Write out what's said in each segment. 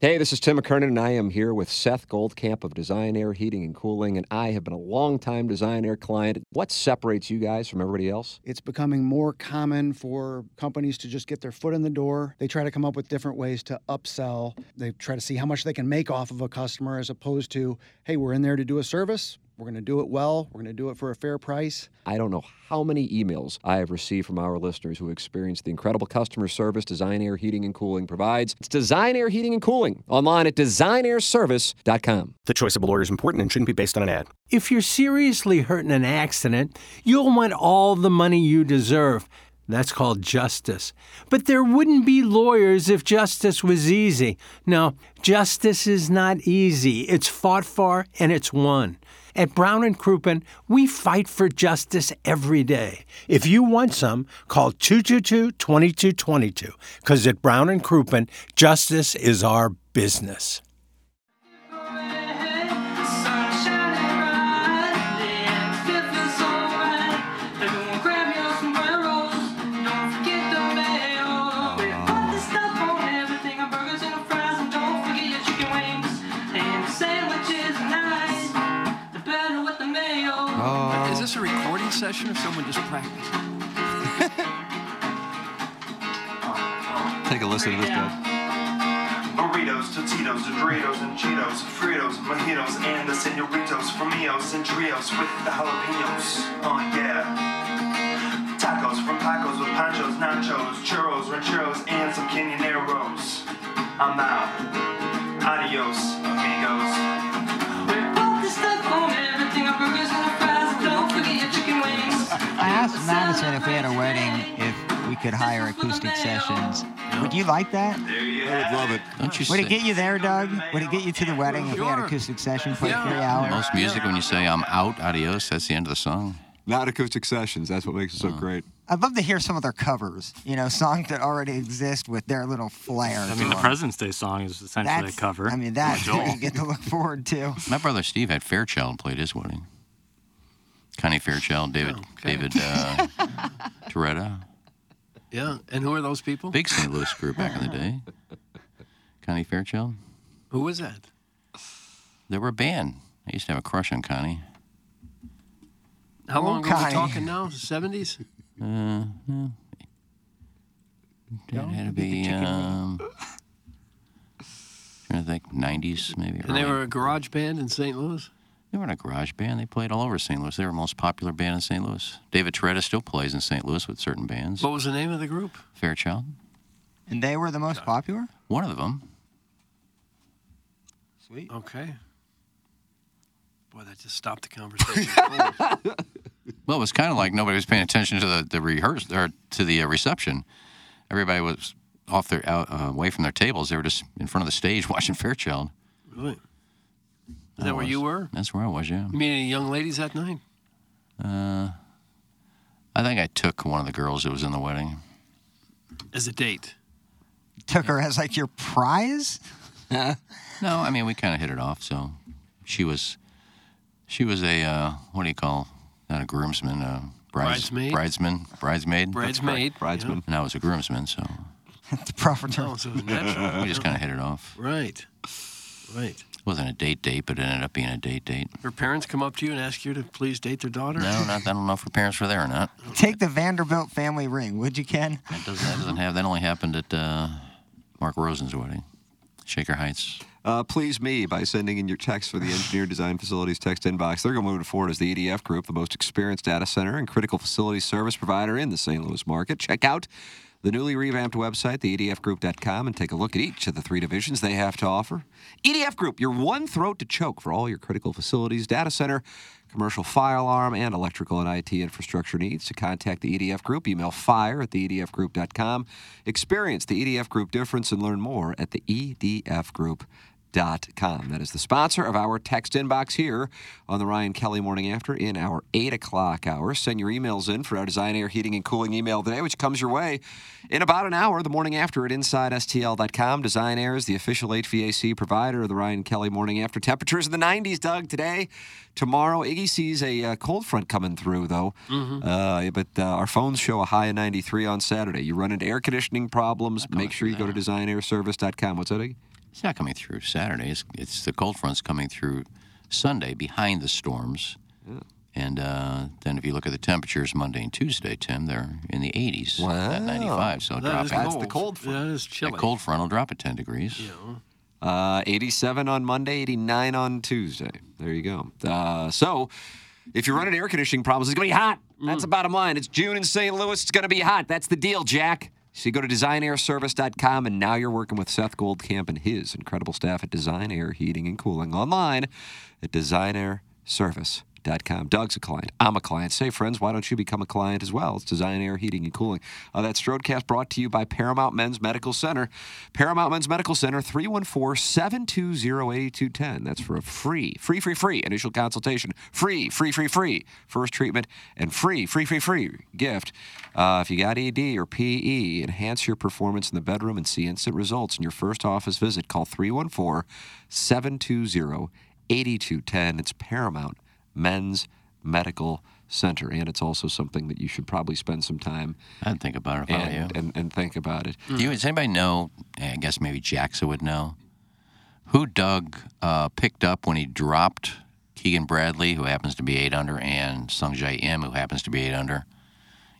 Hey, this is Tim McKernan, and I am here with Seth Goldcamp of Design Air Heating and Cooling, and I have been a longtime Design Air client. What separates you guys from everybody else? It's becoming more common for companies to just get their foot in the door. They try to come up with different ways to upsell. They try to see how much they can make off of a customer as opposed to, hey, we're in there to do a service. We're going to do it well. We're going to do it for a fair price. I don't know how many emails I have received from our listeners who experience the incredible customer service Design Air Heating and Cooling provides. It's Design Air Heating and Cooling online at designairservice.com. The choice of a lawyer is important and shouldn't be based on an ad. If you're seriously hurt in an accident, you'll want all the money you deserve. That's called justice. But there wouldn't be lawyers if justice was easy. No, justice is not easy. It's fought for and it's won. At Brown and Crouppen, we fight for justice every day. If you want some, call 222-2222 cuz at Brown and Crouppen, justice is our business. Is this a recording session or someone just practicing? Take a listen to this guy. Burritos, Totitos, and Doritos, and Cheetos, and Fritos, Mojitos, and the Senoritos, from Eos and Trios with the jalapenos. Oh, yeah. Tacos from Pacos with panchos, nachos, churros, rancheros, and some Canyoneros. I'm out. Adios, amigos. I asked Madison if we had a wedding, if we could hire acoustic sessions. Would you like that? I would love it. Don't you Would say- it get you there, Doug? Would it get you to the wedding if we had Sure. acoustic session for Yeah. three hours? Most music, when you say I'm out, adios, that's the end of the song. Not acoustic sessions. That's what makes it so great. I'd love to hear some of their covers. You know, songs that already exist with their little flair. I mean, the President's Day song is essentially That's a cover. I mean, that's Joel. what you get to look forward to. My brother Steve had Fairchild played his wedding. Connie Fairchild, Oh, David, David uh, Toretta, Yeah. And who are those people? big St. Louis group back in the day. Connie Fairchild, Who was that? they were a band. I used to have a crush on Connie. How long ago are we Connie. talking now? 70s? It had to be, um, trying to think, 90s maybe. And they early- were a garage band in St. Louis? They were in a garage band. They played all over St. Louis. They were the most popular band in St. Louis. David Toretta still plays in St. Louis with certain bands. What was the name of the group? Fairchild, And they were the most popular? one of them. Okay. Boy, that just stopped the conversation. Holy- Well, it was kind of like nobody was paying attention to the, the rehearse or to the uh, reception. Everybody was off their out, uh, away from their tables. They were just in front of the stage watching Fairchild. really? Is that where you were? That's where I was. Yeah, You mean any young ladies that night? I think I took one of the girls that was in the wedding. As a date. Took her as like your prize? No, I mean we kind of hit it off. So she was, she was a uh, what do you call? Not a groomsman, a brides, Bridesmaid? bridesman, bridesmaid, Bridesmaid. Bridesman. And I was a groomsman, so The proper You term. know? Oh, so it was natural. we just kind of hit it off. Right. Right. wasn't a date date, but it ended up being a date date. Her parents come up to you and ask you to please date their daughter? No, not I don't know if her parents were there or not. Take the Vanderbilt family ring, would you, Ken? That doesn't, that doesn't have. That only happened at uh, Mark Rosen's wedding, Shaker Heights. Uh, please me by sending in your text for the Engineer Design Facilities text inbox. They're going to move it forward as the EDF Group, the most experienced data center and critical facility service provider in the St. Louis market. Check out the newly revamped website, E theedfgroup.com, and take a look at each of the three divisions they have to offer. EDF Group, your one throat to choke for all your critical facilities, data center, commercial fire alarm, and electrical and IT infrastructure needs. To contact the EDF Group, email fire at E theedfgroup.com. Experience the EDF Group difference and learn more at the EDF Group. Dot com. That is the sponsor of our text inbox here on the Ryan Kelly Morning After in our 8 o'clock hour. Send your emails in for our Design Air Heating and Cooling email today, which comes your way in about an hour the morning after at InsideSTL.com. Design Air is the official HVAC provider of the Ryan Kelly Morning After. Temperatures in the 90s, Doug, today. Tomorrow, Iggy sees a uh, cold front coming through, though. Uh, but uh, our phones show a high of 93 on Saturday. You run into air conditioning problems, make sure you go to designairservice.com. What's that, Iggy? It's not coming through Saturday. It's, it's the cold front's coming through Sunday behind the storms. And uh, then if you look at the temperatures Monday and Tuesday, Tim, they're in the 80s. Wow. At 95. So That drop is it. cold. That's the cold front. That is chilly. The cold front will drop it 10 degrees. Uh, 87 on Monday, 89 on Tuesday. There you go. Uh, so, if you're running air conditioning problems, it's going to be hot. That's the bottom line. It's June in St. Louis. It's going to be hot. That's the deal, Jack. So, you go to designairservice.com, and now you're working with Seth Goldcamp and his incredible staff at Design Air Heating and Cooling online at designairservice.com. Doug's a client. I'm a client. Say, friends, why don't you become a client as well? It's Design Air Heating and Cooling. Uh, that Strodecast brought to you by Paramount Men's Medical Center. Paramount Men's Medical Center, 314 720 8210. That's for a free, free, free, free initial consultation. Free, free, free, free first treatment, and free, free, free, free gift. Uh, if you got ED or PE, enhance your performance in the bedroom and see instant results in your first office visit. Call 314 720 8210. It's Paramount Men's Medical Center. And it's also something that you should probably spend some time I'd think about Oh, it if I were you. and, and, and think about it. Do you, does anybody know? eh, I guess maybe Jackson would know who Doug uh, picked up when he dropped Keegan Bradley, who happens to be eight under, and Sung Jae Im, who happens to be eight under.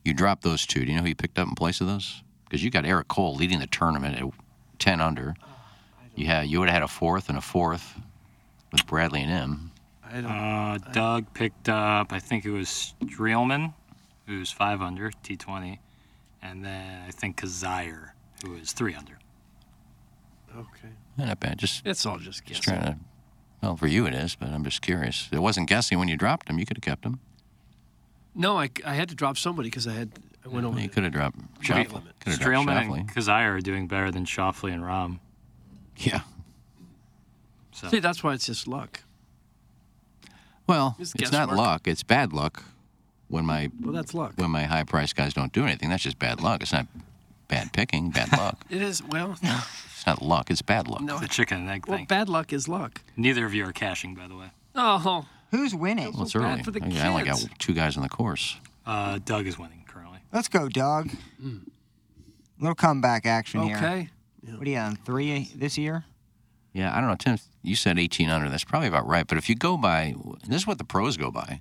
You dropped those two. Do you know who you picked up in place of those? Because you got Eric Cole leading the tournament at ten under. You had you would have had a fourth and a fourth with Bradley and Im. I don't, uh, Doug picked up, I think it was Streelman, who's five under T20, and then I think Kazire, who is three under. Okay. Not bad. Just It's all just just guessing. trying to. Well, for you it is, but I'm just curious. It wasn't guessing when you dropped him. You could have kept him. No, I, I had to drop somebody because I had I went over. You could have dropped Rate Shoffley. limit. Could have dropped Streelman Shoffley. and Kazire are doing better than Shoffley and Rom. Yeah. So. See, that's why it's just luck. Well, It's it's, not guesswork. luck. It's bad luck when my Well, that's luck. when my high price guys don't do anything. That's just bad luck. It's not bad picking. Bad luck. It is well. It's not luck. It's bad luck. No, The chicken and egg well, thing. bad luck is luck. Neither of you are cashing, by the way. Oh, Who's winning? Well, it's so bad early. for the I, I only got kids. two guys on the course. Uh, Doug is winning currently. Let's go, dog. Little comeback action here. Hmm. okay. What are you on three this year? Yeah, I don't know, Tim. You said 1800. That's probably about right. But if you go by, this is what the pros go by.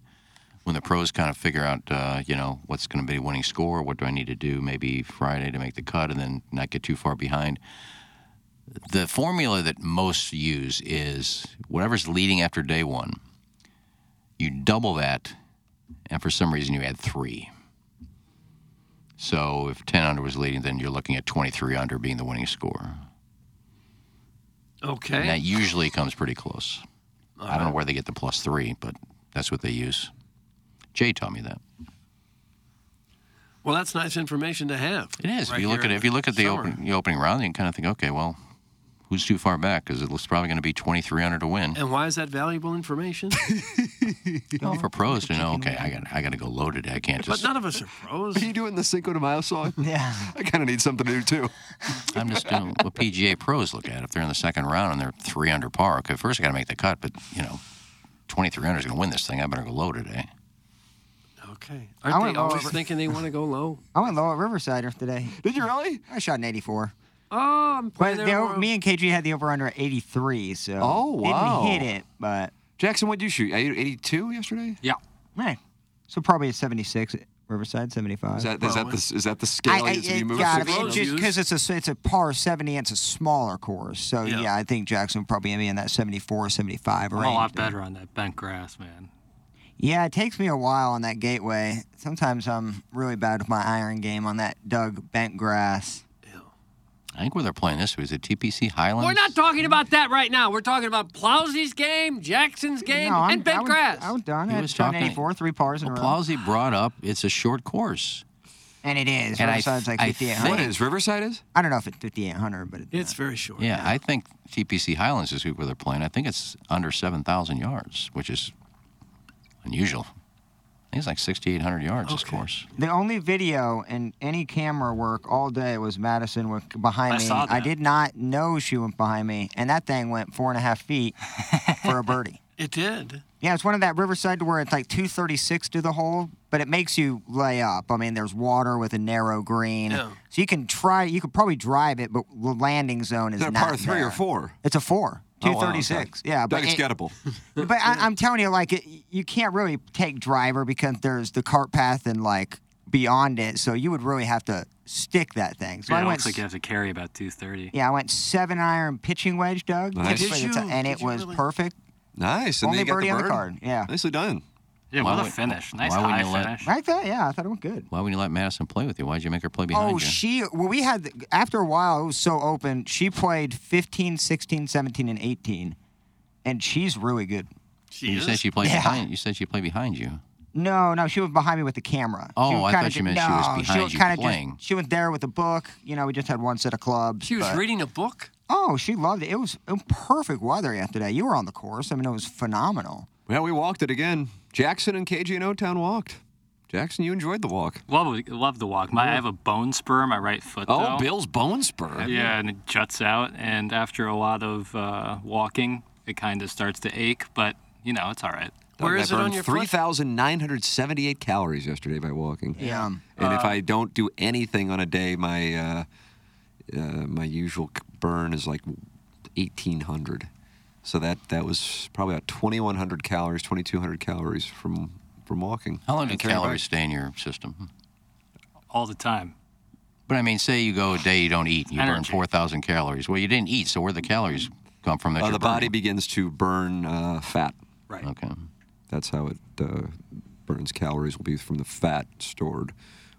When the pros kind of figure out, uh, you know, what's going to be the winning score, what do I need to do maybe Friday to make the cut, and then not get too far behind. The formula that most use is whatever's leading after day one. You double that, and for some reason you add three. So if 10 under was leading, then you're looking at 23 under being the winning score. And Okay. that usually comes pretty close. I don't know where they get the plus three, but that's what they use. Jay taught me that. Well, that's nice information to have. It is. right if you look here at it, if you look at the summer. open, the opening round, you can kind of think, okay, well, who's too far back? Because it looks probably going to be 2,300 to win. And why is that valuable information? Well, for pros to know, okay, I got I got to go loaded. I can't but just. none of us are pros. Are you doing the Cinco de Mayo song? Yeah. I kind of need something to do too. I'm just doing what PGA pros look at. If they're in the second round and they're three under par, okay, first I got to make the cut, but you know, 2,300 is going to win this thing. I better go loaded, eh? Okay. I Aren't went they always lower. thinking they want to go low? I went low at Riverside today. Did you really? I shot an 84. Oh, I'm playing But there the, o- tomorrow. me and KG had the over under at 83, so Oh, wow. didn't hit it, but Jackson, what'd you shoot? 82 yesterday? Yeah. man, so probably a 76 at Riverside, 75. Is that, is that, the, is that the I, scale I, you it move gotta six be rows? just because it's a s- it's a par 70 and it's a smaller course, so Yeah. yeah, I think Jackson would probably be in that 74, 75 Oh, I'm range. a lot better on that bent grass, man. Yeah, it takes me a while on that gateway. Sometimes I'm really bad with my iron game on that Doug bent grass. I think where they're playing this was at TPC Highlands. We're not talking about that right now. We're talking about Plowsy's game, Jackson's game, I'm- and bent I would- grass. I was done. He I was shot an talking- 84, three pars in a row. Plowsy brought up it's a short course. And it is. And I Riverside's th- like I 5800. think- What is Riverside is? I don't know if it's 5800, but it's, It's very short. Yeah, I think TPC Highlands is where they're playing. I think it's under 7,000 yards, which is unusual. I think it's like 6,800 yards this course. the only video and any camera work all day was Madison with, behind I me. saw I that. did not know she went behind me, and that thing went four and a half feet for a birdie. It did. Yeah, it's one of that Riverside where it's like 236 to the hole, but it makes you lay up. I mean, there's water with a narrow green, Yeah. so you can try. You could probably drive it, but the landing zone is Is that a not par three there. or four? It's a four. Oh, wow, 236. okay. Yeah, Doug, but it's it- gettable. but I, I'm telling you, like, it, you can't really take driver because there's the cart path and like beyond it, so you would really have to stick that thing. So yeah, I it went. looks like you have to carry about 230. yeah, I went seven iron pitching wedge, Doug. Nice. Just Did like it's- you- and did it you was really? perfect. Nice. Only birdie on the card. Yeah. Nicely done. Yeah, Why what a would- finish. Nice why wouldn't high you let- finish. I thought, yeah, I thought it went good. Why wouldn't you let Madison play with you? Why'd you make her play behind Oh, you? she, well, we had, after a while, it was so open. She played 15, 16, 17, and 18, and she's really good. you said she played Yeah. behind. You said she played behind you. No, no, she was behind me with the camera. Oh, she was I kinda thought you ju- meant she was no, behind you kinda playing. Just, she was there with a book. You know, we just had one set of clubs. She was but- reading a book. Oh, she loved it. It was it was perfect weather yesterday. You were on the course. I mean, it was phenomenal. Well, we walked it again. Jackson and KG and O Town walked. Jackson, you enjoyed the walk. Love, love the walk. My, I have a bone spur in my right foot. Oh, though. Bill's bone spur. Yeah, and it juts out, and after a lot of uh, walking, it kind of starts to ache, but you know it's all right. Where is it on your foot? 3,978 calories yesterday by walking. Yeah. And Uh. if I don't do anything on a day, my uh, uh, my usual c- burn is like 1,800. So that that was probably about 2,100 calories, 2,200 calories from from walking. How long do And carrying calories bags. stay in your system? All the time. But I mean, say you go a day you don't eat, you burn Energy. four thousand calories. Well, you didn't eat, so where the calories come from? That Uh, you're the body burning? begins to burn uh, fat. Right. Okay. That's how it uh, burns calories, will be from the fat stored,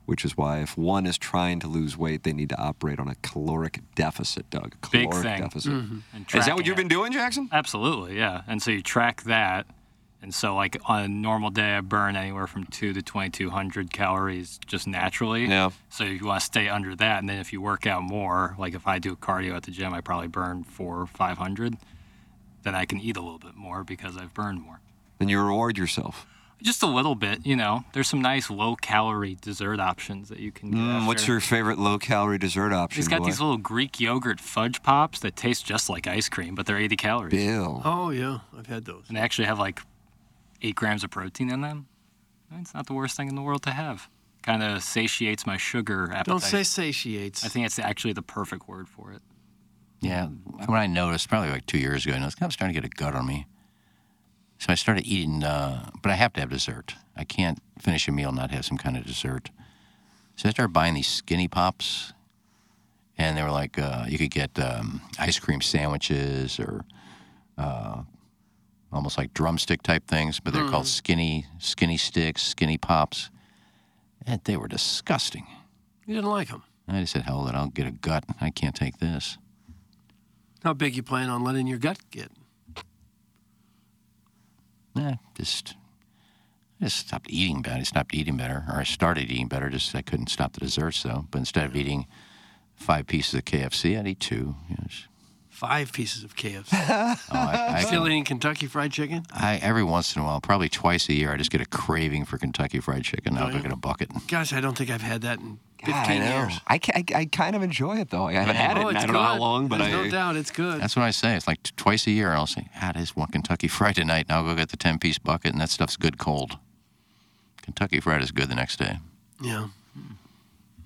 which is why if one is trying to lose weight, they need to operate on a caloric deficit, Doug. A Big caloric thing. Mm-hmm. deficit. And Is that what tracking you've it. been doing, Jackson? Absolutely, yeah. And so you track that, and so like on a normal day, I burn anywhere from two to twenty-two hundred calories just naturally. Yeah. So you want to stay under that, and then if you work out more, like if I do cardio at the gym, I probably burn four or five hundred. Then I can eat a little bit more because I've burned more. Then you reward yourself. Just a little bit, you know. There's some nice low-calorie dessert options that you can. Get Mm, what's after. your favorite low calorie dessert option? He's got boy? these little Greek yogurt fudge pops that taste just like ice cream, but they're 80 calories. Bill. Oh yeah, I've had those. And they actually have like eight grams of protein in them. I mean, It's not the worst thing in the world to have. Kind of satiates my sugar appetite. Don't say satiates. I think it's actually the perfect word for it. Yeah. When I noticed, probably like two years ago, I was kind of starting to get a gut on me. So I started eating, uh, but I have to have dessert. I can't finish a meal and not have some kind of dessert. So I started buying these skinny pops, and they were like uh, you could get um, ice cream sandwiches or uh, almost like drumstick type things, but they're called Mm. skinny skinny sticks, skinny pops, and they were disgusting. you didn't like them. And I just said, "Hell with it! I'll get a gut. I can't take this." How big you plan on letting your gut get? Nah, Eh, just I just stopped eating better. I stopped eating better, or I started eating better. Just I couldn't stop the desserts though. But instead of eating five pieces of KFC, I'd eat two. You know, just- Five pieces of KFC. oh, I, I, Still can- eating Kentucky Fried Chicken? I- every once in a while, probably twice a year, I just get a craving for Kentucky Fried Chicken. Oh, I'll go get a bucket. Gosh, I don't think I've had that in 15 God, I know. years. I, ca- I, I kind of enjoy it though. I haven't had it. Oh, in it's I don't know how good. long, but There's I no doubt it's good. That's what I say. It's like t- twice a year, I'll say, "Ah, there's one Kentucky Fried tonight," and I'll go get the ten-piece bucket, and that stuff's good cold. Kentucky Fried is good the next day. yeah.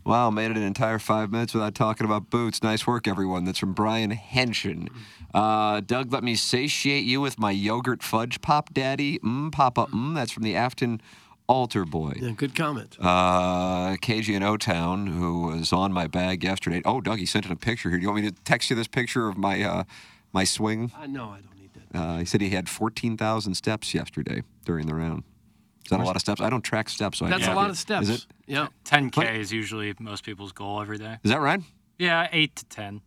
Wow, made it an entire five minutes without talking about boots. Nice work, everyone. That's from Brian Henson. Uh, Doug, let me satiate you with my yogurt fudge pop, Daddy. Mmm, Papa. Mmm. That's from the Afton Altar Boy. Yeah, good comment. Uh, KG in O Town, who was on my bag yesterday. Oh, Doug, he sent in a picture here. Do you want me to text you this picture of my uh, my swing? I know I don't need that. Uh, he said he had 14,000 steps yesterday during the round. Is that a lot of steps? I don't track steps. So I That's can't a have lot it. of steps. Is it? Yeah. 10K is usually most people's goal every day. Is that right? Yeah, 8 to 10.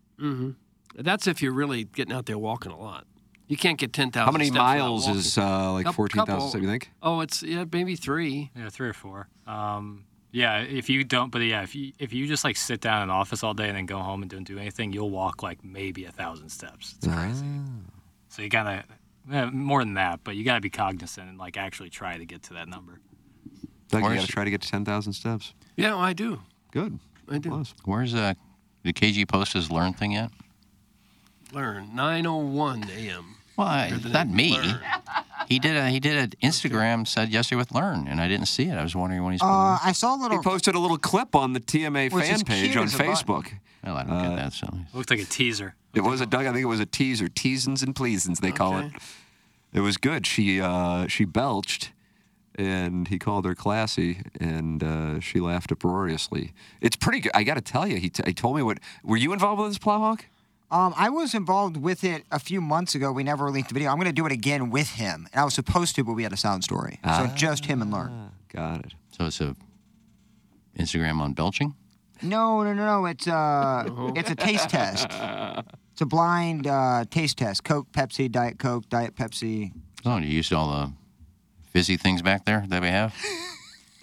That's if you're really getting out there walking a lot. You can't get 10,000 How many steps without miles walking. is uh, like Coup- 14,000 couple. steps, you think? Oh, it's yeah, maybe three. Yeah, three or four. Um, yeah, if you don't, but yeah, if you if you just like sit down in an office all day and then go home and don't do anything, you'll walk like maybe a thousand steps. It's crazy. Ah. So you gotta eh, more than that, but you gotta be cognizant and like actually try to get to that number. Doug, you Where's- got to try to get to 10,000 steps. Yeah, I do. Good. I do. Close. Where's uh, the KG post his learn thing yet? Learn 9:01 a.m. Well, I, the not name me. Blur. He did a he did an Instagram said yesterday with Learn, and I didn't see it. I was wondering when he's. Uh, I saw a little. Oh. He posted a little clip on the TMA Which is fan page cute on as a button. Facebook. Well, I don't uh, get that. So Looked like a teaser. it was a Doug. I think it was a teaser. Teasins and pleasins, they call it. It was good. She uh, she belched, and he called her classy, and uh, she laughed uproariously. It's pretty good. I got to tell you, he, t- he told me what. Were you involved with this plowhawk? Um, I was involved with it a few months ago. We never released the video. I'm going to do it again with him. And I was supposed to, but we had a sound story. Ah. so just him and Learn. Uh, Got it. So it's a Instagram on belching. No, no, no, no. It's uh, it's a taste test. It's a blind uh, taste test. Coke, Pepsi, Diet Coke, Diet Pepsi. Oh, you used all the fizzy things back there that we have.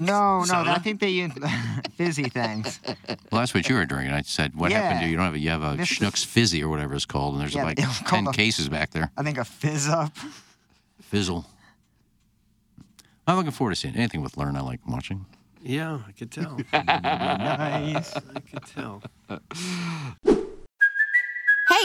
No, no. Soda? I think they use fizzy things. Well, that's what you were drinking. I said, "What happened to Yeah. you? You don't have a, you have a This is- Schnucks fizzy or whatever it's called." And there's Yeah, like they don't call ten them- cases back there. I think a fizz up. Fizzle. I'm looking forward to seeing it. anything with Learn. I like watching. Yeah, I could tell. nice. I could tell. Hey,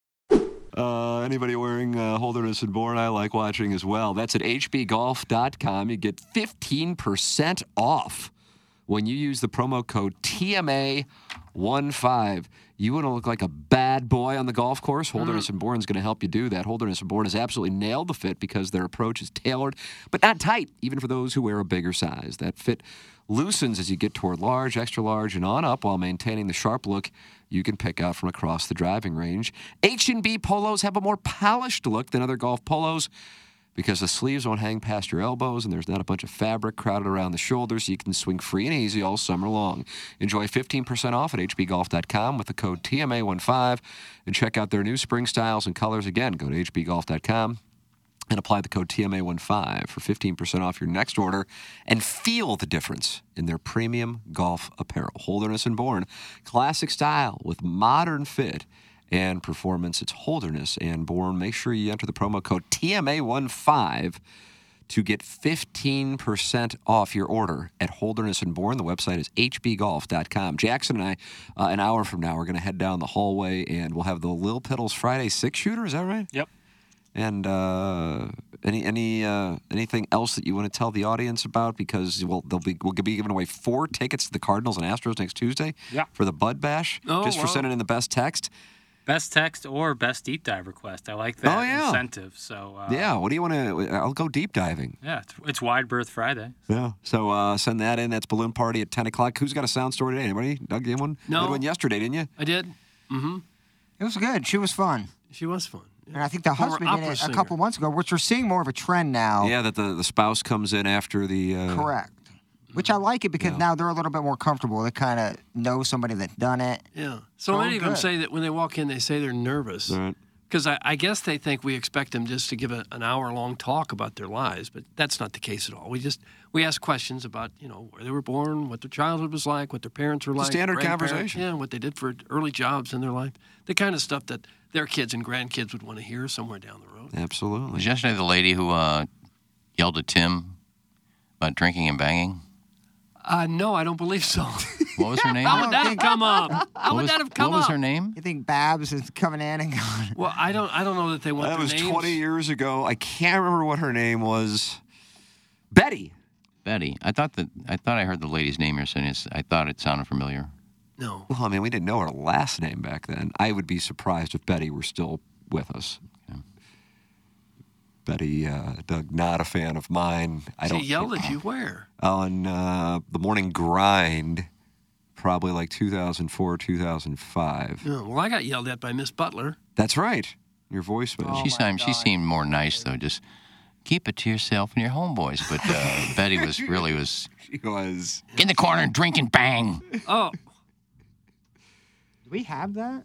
Uh, anybody wearing uh, Holderness and Born, I like watching as well. That's at hbgolf.com. You get 15% off when you use the promo code TMA15. You want to look like a bad boy on the golf course? Holderness and Born is going to help you do that. Holderness and Born has absolutely nailed the fit because their approach is tailored, but not tight, even for those who wear a bigger size. That fit loosens as you get toward large, extra large, and on up while maintaining the sharp look you can pick out from across the driving range. H&B polos have a more polished look than other golf polos because the sleeves won't hang past your elbows and there's not a bunch of fabric crowded around the shoulders, so you can swing free and easy all summer long. Enjoy 15% off at hbgolf.com with the code TMA15 and check out their new spring styles and colors again. Go to hbgolf.com and apply the code TMA15 for 15% off your next order and feel the difference in their premium golf apparel. Holderness and Born, classic style with modern fit and performance. It's Holderness and Born. Make sure you enter the promo code TMA15 to get 15% off your order at Holderness and Born. The website is hbgolf.com. Jackson and I, uh, an hour from now, we're going to head down the hallway and we'll have the Lil Piddles Friday six shooter. Is that right? Yep. And uh, any any uh, anything else that you want to tell the audience about? Because well, they'll be we'll be giving away four tickets to the Cardinals and Astros next Tuesday. Yeah. For the Bud Bash, Oh, just for wow. sending in the best text. Best text or best deep dive request. I like that Oh, yeah. incentive. So uh, yeah. What do you want to? I'll go deep diving. yeah, it's, it's wide berth Friday. Yeah. So uh, send that in. That's balloon party at ten o'clock. Who's got a sound story today? Anybody? Doug, you had one? No. Did one yesterday, didn't you? I did. Mm-hmm. It was good. She was fun. She was fun. And I think the Former husband did opera it a singer. couple months ago, which we're seeing more of a trend now. Yeah. That the, the spouse comes in after the. Uh, Correct. Which I like it because now they're a little bit more comfortable. They kind of know somebody that's done it. Yeah. So Oh, many of them good. say that when they walk in, they say they're nervous. Right. Because I, I guess they think we expect them just to give a, an hour-long talk about their lives, but that's not the case at all. We just we ask questions about you know where they were born, what their childhood was like, what their parents were The like, standard grandparents, conversation. yeah, what they did for early jobs in their life, the kind of stuff that their kids and grandkids would want to hear somewhere down the road. Absolutely. Was yesterday the lady who uh, yelled at Tim about drinking and banging? Uh, no, I don't believe so. What was her name? How would that have come up? How would that have come up? name? You think Babs is coming in and going? Well, I don't I don't know that they want That their was names. 20 years ago. I can't remember what her name was. Betty. Betty. I thought that I thought I heard the lady's name you're saying. It's- I thought it sounded familiar. No. Well, I mean, we didn't know her last name back then. I would be surprised if Betty were still with us. Betty, uh, Doug, not a fan of mine. I She don't yelled at you where? on uh, the morning grind, probably like 2004, 2005. Yeah, well, I got yelled at by Miss Butler. That's right. Your Oh voicemail. she seemed she seemed more nice though. Just keep it to yourself and your homeboys. But uh, Betty was really was. She was. Get in the corner and drink and bang. Oh. Do we have that?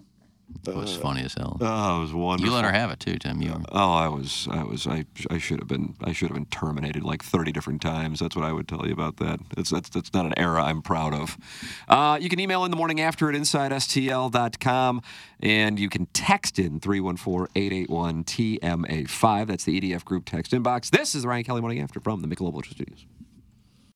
That was funny as hell. Oh, it was wonderful. You let her have it too, Tim. You Oh, I was, I was, I, I should have been, I should have been terminated like 30 different times. That's what I would tell you about that. That's that's, that's not an era I'm proud of. Uh, you can email in the morning after at insidestl.com, and you can text in E 314-881-TMA5. That's the EDF group text inbox. This is the Ryan Kelly Morning After from the Michelob Ultra Studios.